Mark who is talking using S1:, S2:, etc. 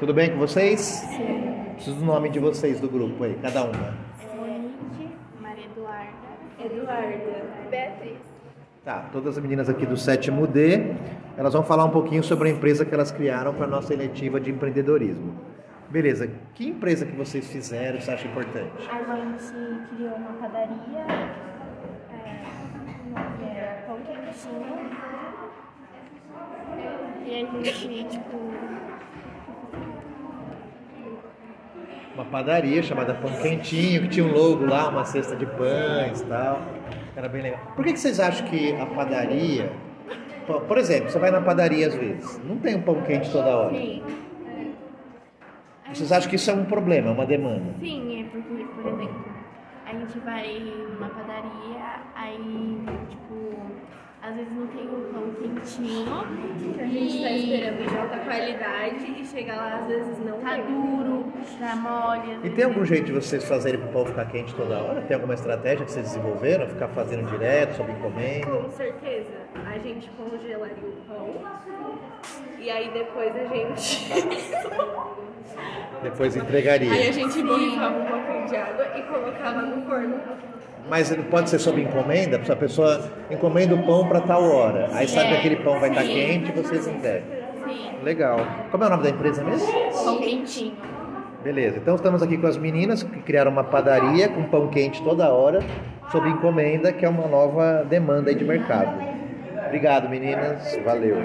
S1: Tudo bem com vocês? Sim. Preciso do nome de vocês do grupo aí, cada uma.
S2: Monique, Maria Eduarda,
S3: Eduarda.
S2: Beatriz.
S1: Tá, todas as meninas aqui do sétimo D, elas vão falar um pouquinho sobre a empresa que elas criaram para a nossa eletiva de empreendedorismo. Beleza, que empresa que vocês fizeram você acha importante?
S2: A gente criou uma padaria, é, o nome era Pão Quentinho. E a gente, tipo,
S1: Uma padaria chamada Pão Quentinho, que tinha um logo lá, uma cesta de pães e tal. Era bem legal. Por que, que vocês acham que a padaria. Por- Por exemplo, você vai na padaria às vezes, não tem um pão quente toda hora.
S2: sim,
S1: Vocês acham que isso é um problema, é uma demanda?
S2: sim, é porque, por exemplo, a gente vai numa padaria, aí, tipo, às vezes não tem um pão quentinho,
S3: Que a gente tá esperando de alta qualidade e chega lá, às vezes não
S2: tá
S3: tem.
S2: duro, tá mole. às
S1: E
S2: vezes
S1: tem
S2: é
S1: algum jeito de vocês fazerem para o pão ficar quente toda hora? Tem alguma estratégia que vocês desenvolveram? Ficar fazendo direto, sob encomenda?
S3: Com certeza, a gente congelaria o pão e aí depois a gente.
S1: Depois
S3: aí a
S1: entregaria.
S3: gente borrifava um pouquinho de água e colocava no forno.
S1: Mas ele pode ser sob encomenda? Se a pessoa encomenda o pão para tal hora, aí sabe que aquele pão vai estar quente e vocês entregam.
S2: Sim,
S1: Legal. Como é o nome da empresa mesmo?
S2: pão quentinho.
S1: Beleza, então estamos aqui com as meninas que criaram uma padaria com pão quente toda hora, sob encomenda, que é uma nova demanda aí de mercado. Obrigado, meninas. Valeu.